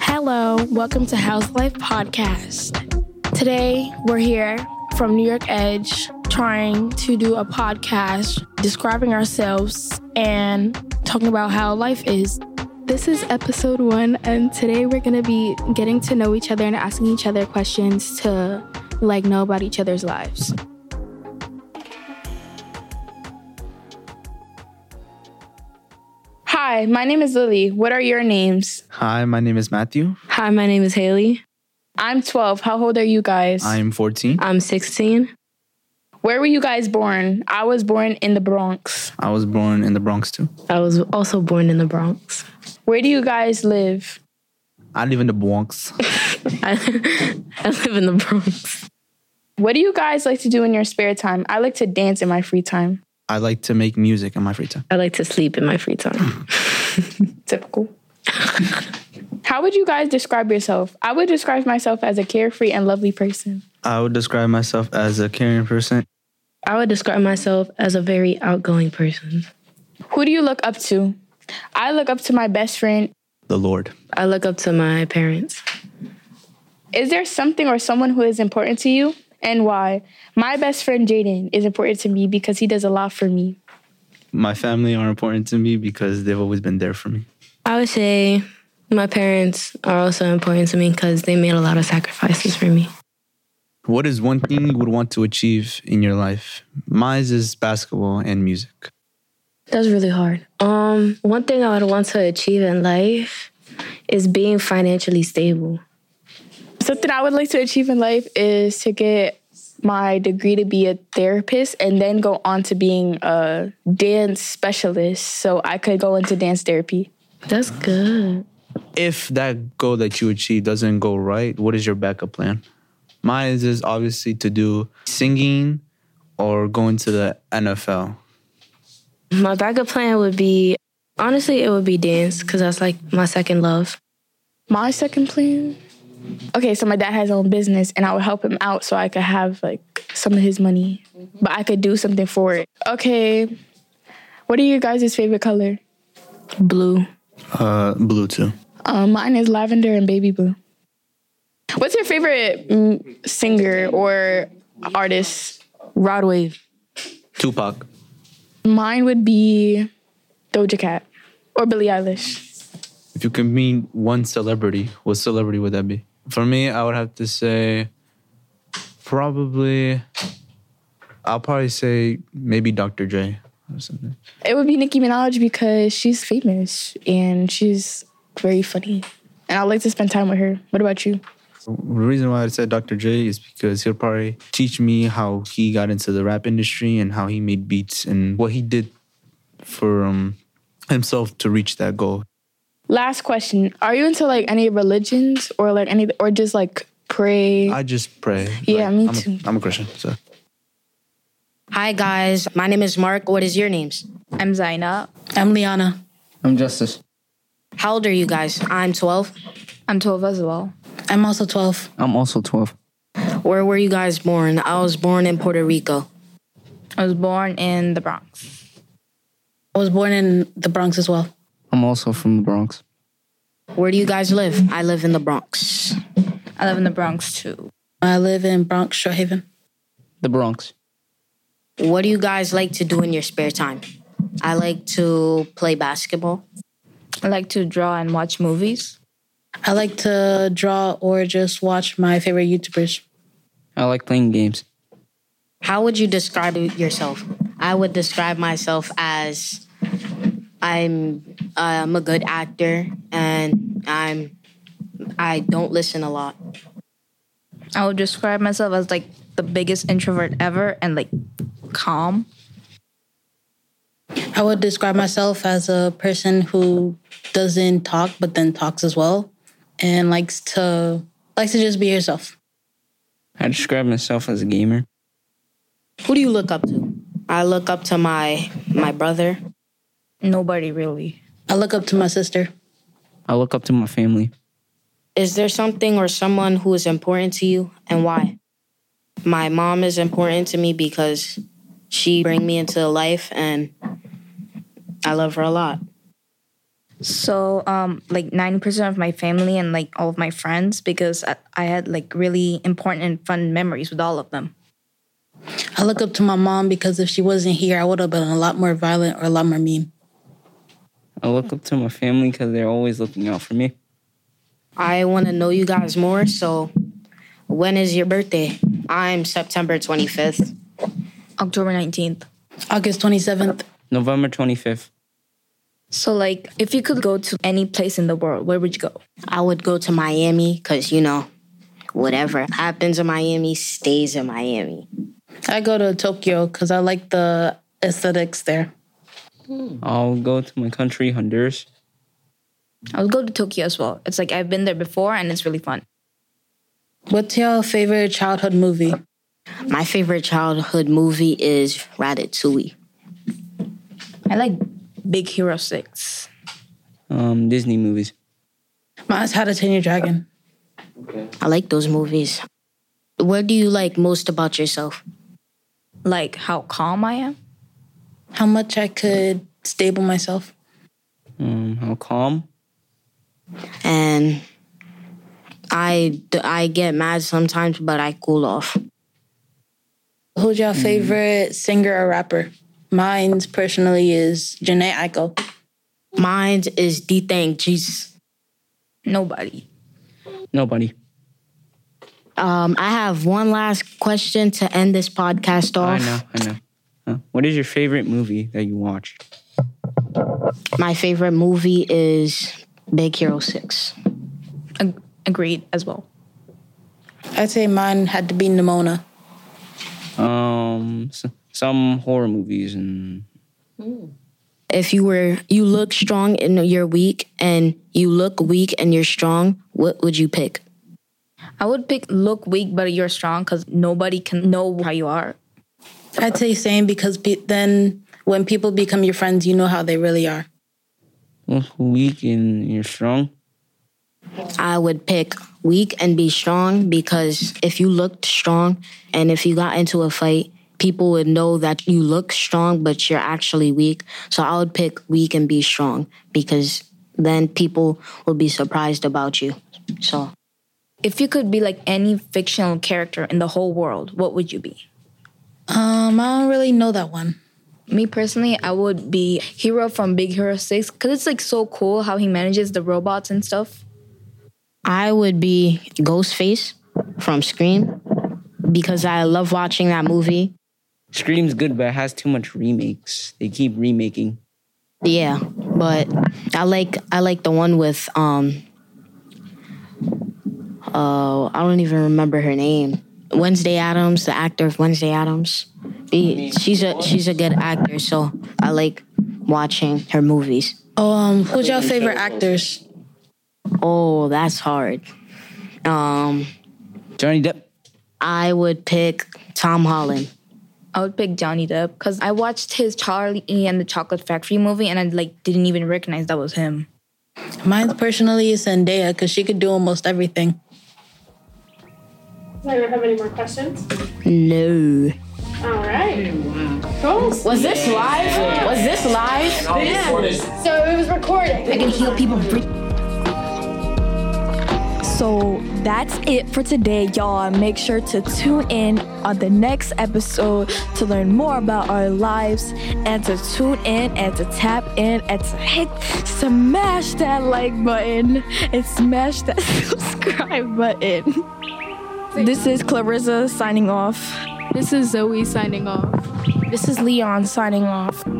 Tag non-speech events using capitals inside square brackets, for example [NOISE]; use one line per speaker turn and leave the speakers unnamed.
Hello, welcome to House Life Podcast. Today, we're here from New York Edge trying to do a podcast describing ourselves and talking about how life is.
This is episode one, and today we're gonna be getting to know each other and asking each other questions to like know about each other's lives.
Hi, my name is Lily. What are your names?
Hi, my name is Matthew.
Hi, my name is Haley.
I'm 12. How old are you guys?
I'm 14.
I'm 16.
Where were you guys born? I was born in the Bronx.
I was born in the Bronx too.
I was also born in the Bronx. [LAUGHS]
Where do you guys live?
I live in the Bronx.
I, I live in the Bronx.
What do you guys like to do in your spare time? I like to dance in my free time.
I like to make music in my free time.
I like to sleep in my free time.
Typical. [LAUGHS] How would you guys describe yourself? I would describe myself as a carefree and lovely person.
I would describe myself as a caring person.
I would describe myself as a very outgoing person.
Who do you look up to? I look up to my best friend.
The Lord.
I look up to my parents.
Is there something or someone who is important to you and why? My best friend Jaden is important to me because he does a lot for me.
My family are important to me because they've always been there for me.
I would say my parents are also important to me because they made a lot of sacrifices for me.
What is one thing you would want to achieve in your life? Mine is basketball and music.
That's really hard. Um, one thing I would want to achieve in life is being financially stable.
Something I would like to achieve in life is to get my degree to be a therapist and then go on to being a dance specialist so I could go into dance therapy.
That's good.
If that goal that you achieve doesn't go right, what is your backup plan? Mine is obviously to do singing or going to the NFL.
My backup plan would be honestly, it would be dance because that's like my second love.
My second plan? Okay, so my dad has his own business and I would help him out so I could have like some of his money, but I could do something for it. Okay, what are your guys' favorite color?
Blue.
Uh, blue too.
Um, mine is lavender and baby blue. What's your favorite mm, singer or artist?
Rod wave.
Tupac.
Mine would be Doja Cat or Billie Eilish.
If you could meet one celebrity, what celebrity would that be? For me, I would have to say probably, I'll probably say maybe Dr. J or something.
It would be Nicki Minaj because she's famous and she's very funny. And I'd like to spend time with her. What about you?
The reason why I said Dr. J is because he'll probably teach me how he got into the rap industry and how he made beats and what he did for um, himself to reach that goal.
Last question. Are you into like any religions or like any or just like pray?
I just pray.
Yeah, me
I'm a-
too.
I'm a Christian, so.
Hi guys, my name is Mark. What is your names?
I'm Zainab.
I'm Liana.
I'm Justice.
How old are you guys? I'm 12.
I'm 12 as well.
I'm also 12.
I'm also 12.
Where were you guys born? I was born in Puerto Rico.
I was born in the Bronx.
I was born in the Bronx as well.
I'm also from the Bronx.
Where do you guys live? I live in the Bronx.
I live in the Bronx too.
I live in Bronx, Short Haven.
The Bronx.
What do you guys like to do in your spare time? I like to play basketball.
I like to draw and watch movies.
I like to draw or just watch my favorite YouTubers.
I like playing games.
How would you describe yourself? I would describe myself as I'm I'm a good actor and I'm I don't listen a lot.
I would describe myself as like the biggest introvert ever and like calm.
I would describe myself as a person who doesn't talk but then talks as well and likes to likes to just be yourself.
I describe myself as a gamer.
Who do you look up to? I look up to my my brother.
Nobody really.
I look up to my sister.
I look up to my family.
Is there something or someone who is important to you and why? My mom is important to me because she bring me into life and I love her a lot.
So, um, like ninety percent of my family and like all of my friends, because I, I had like really important and fun memories with all of them.
I look up to my mom because if she wasn't here, I would have been a lot more violent or a lot more mean.
I look up to my family because they're always looking out for me.
I want to know you guys more. So, when is your birthday? I'm September 25th.
October nineteenth.
August 27th,
November 25th.
So, like, if you could go to any place in the world, where would you go?
I would go to Miami because, you know, whatever happens in Miami stays in Miami.
I go to Tokyo because I like the aesthetics there.
I'll go to my country, Honduras.
I would go to Tokyo as well. It's like I've been there before, and it's really fun.
What's your favorite childhood movie?
My favorite childhood movie is Ratatouille.
I like Big Hero Six.
Um, Disney movies.
Mine's How to Train Your Dragon.
I like those movies. What do you like most about yourself?
Like how calm I am.
How much I could stable myself.
Um, how calm.
And I, I get mad sometimes, but I cool off.
Who's your favorite singer or rapper? Mine's personally is Janae Eiko.
Mine is D Thank Jesus.
Nobody.
Nobody.
Um, I have one last question to end this podcast
I
off.
know, I know. Uh, what is your favorite movie that you watched?
My favorite movie is Big Hero 6.
Ag- agreed as well.
I'd say mine had to be Nimona.
Um, s some horror movies and
If you were you look strong and you're weak and you look weak and you're strong, what would you pick?
I would pick look weak, but you're strong because nobody can know how you are.
I'd say same because be- then when people become your friends, you know how they really are.
look weak and you're strong.
I would pick weak and be strong because if you looked strong and if you got into a fight, people would know that you look strong but you're actually weak. So I would pick weak and be strong because then people will be surprised about you. So
If you could be like any fictional character in the whole world, what would you be?
Um, I don't really know that one.
Me personally, I would be Hero from Big Hero 6 because it's like so cool how he manages the robots and stuff.
I would be Ghostface from Scream because I love watching that movie.
Scream's good, but it has too much remakes. They keep remaking.
Yeah, but I like I like the one with um uh I don't even remember her name. Wednesday Adams, the actor of Wednesday Adams. He- she's a she's a good actor, so I like watching her movies.
Um, who's your favorite actors?
Oh, that's hard. Um
Johnny Depp.
I would pick Tom Holland.
I would pick Johnny Depp because I watched his Charlie and the Chocolate Factory movie and I like didn't even recognize that was him.
Mine personally is Zendaya because she could do almost everything.
Does anyone have any more questions?
No.
All right. Cool.
Was this live? Was this live?
So it was recording.
So that's it for today, y'all. And Make sure to tune in on the next episode to learn more about our lives and to tune in and to tap in and to hit smash that like button and smash that [LAUGHS] subscribe button.
This is Clarissa signing off.
This is Zoe signing off.
This is Leon signing off.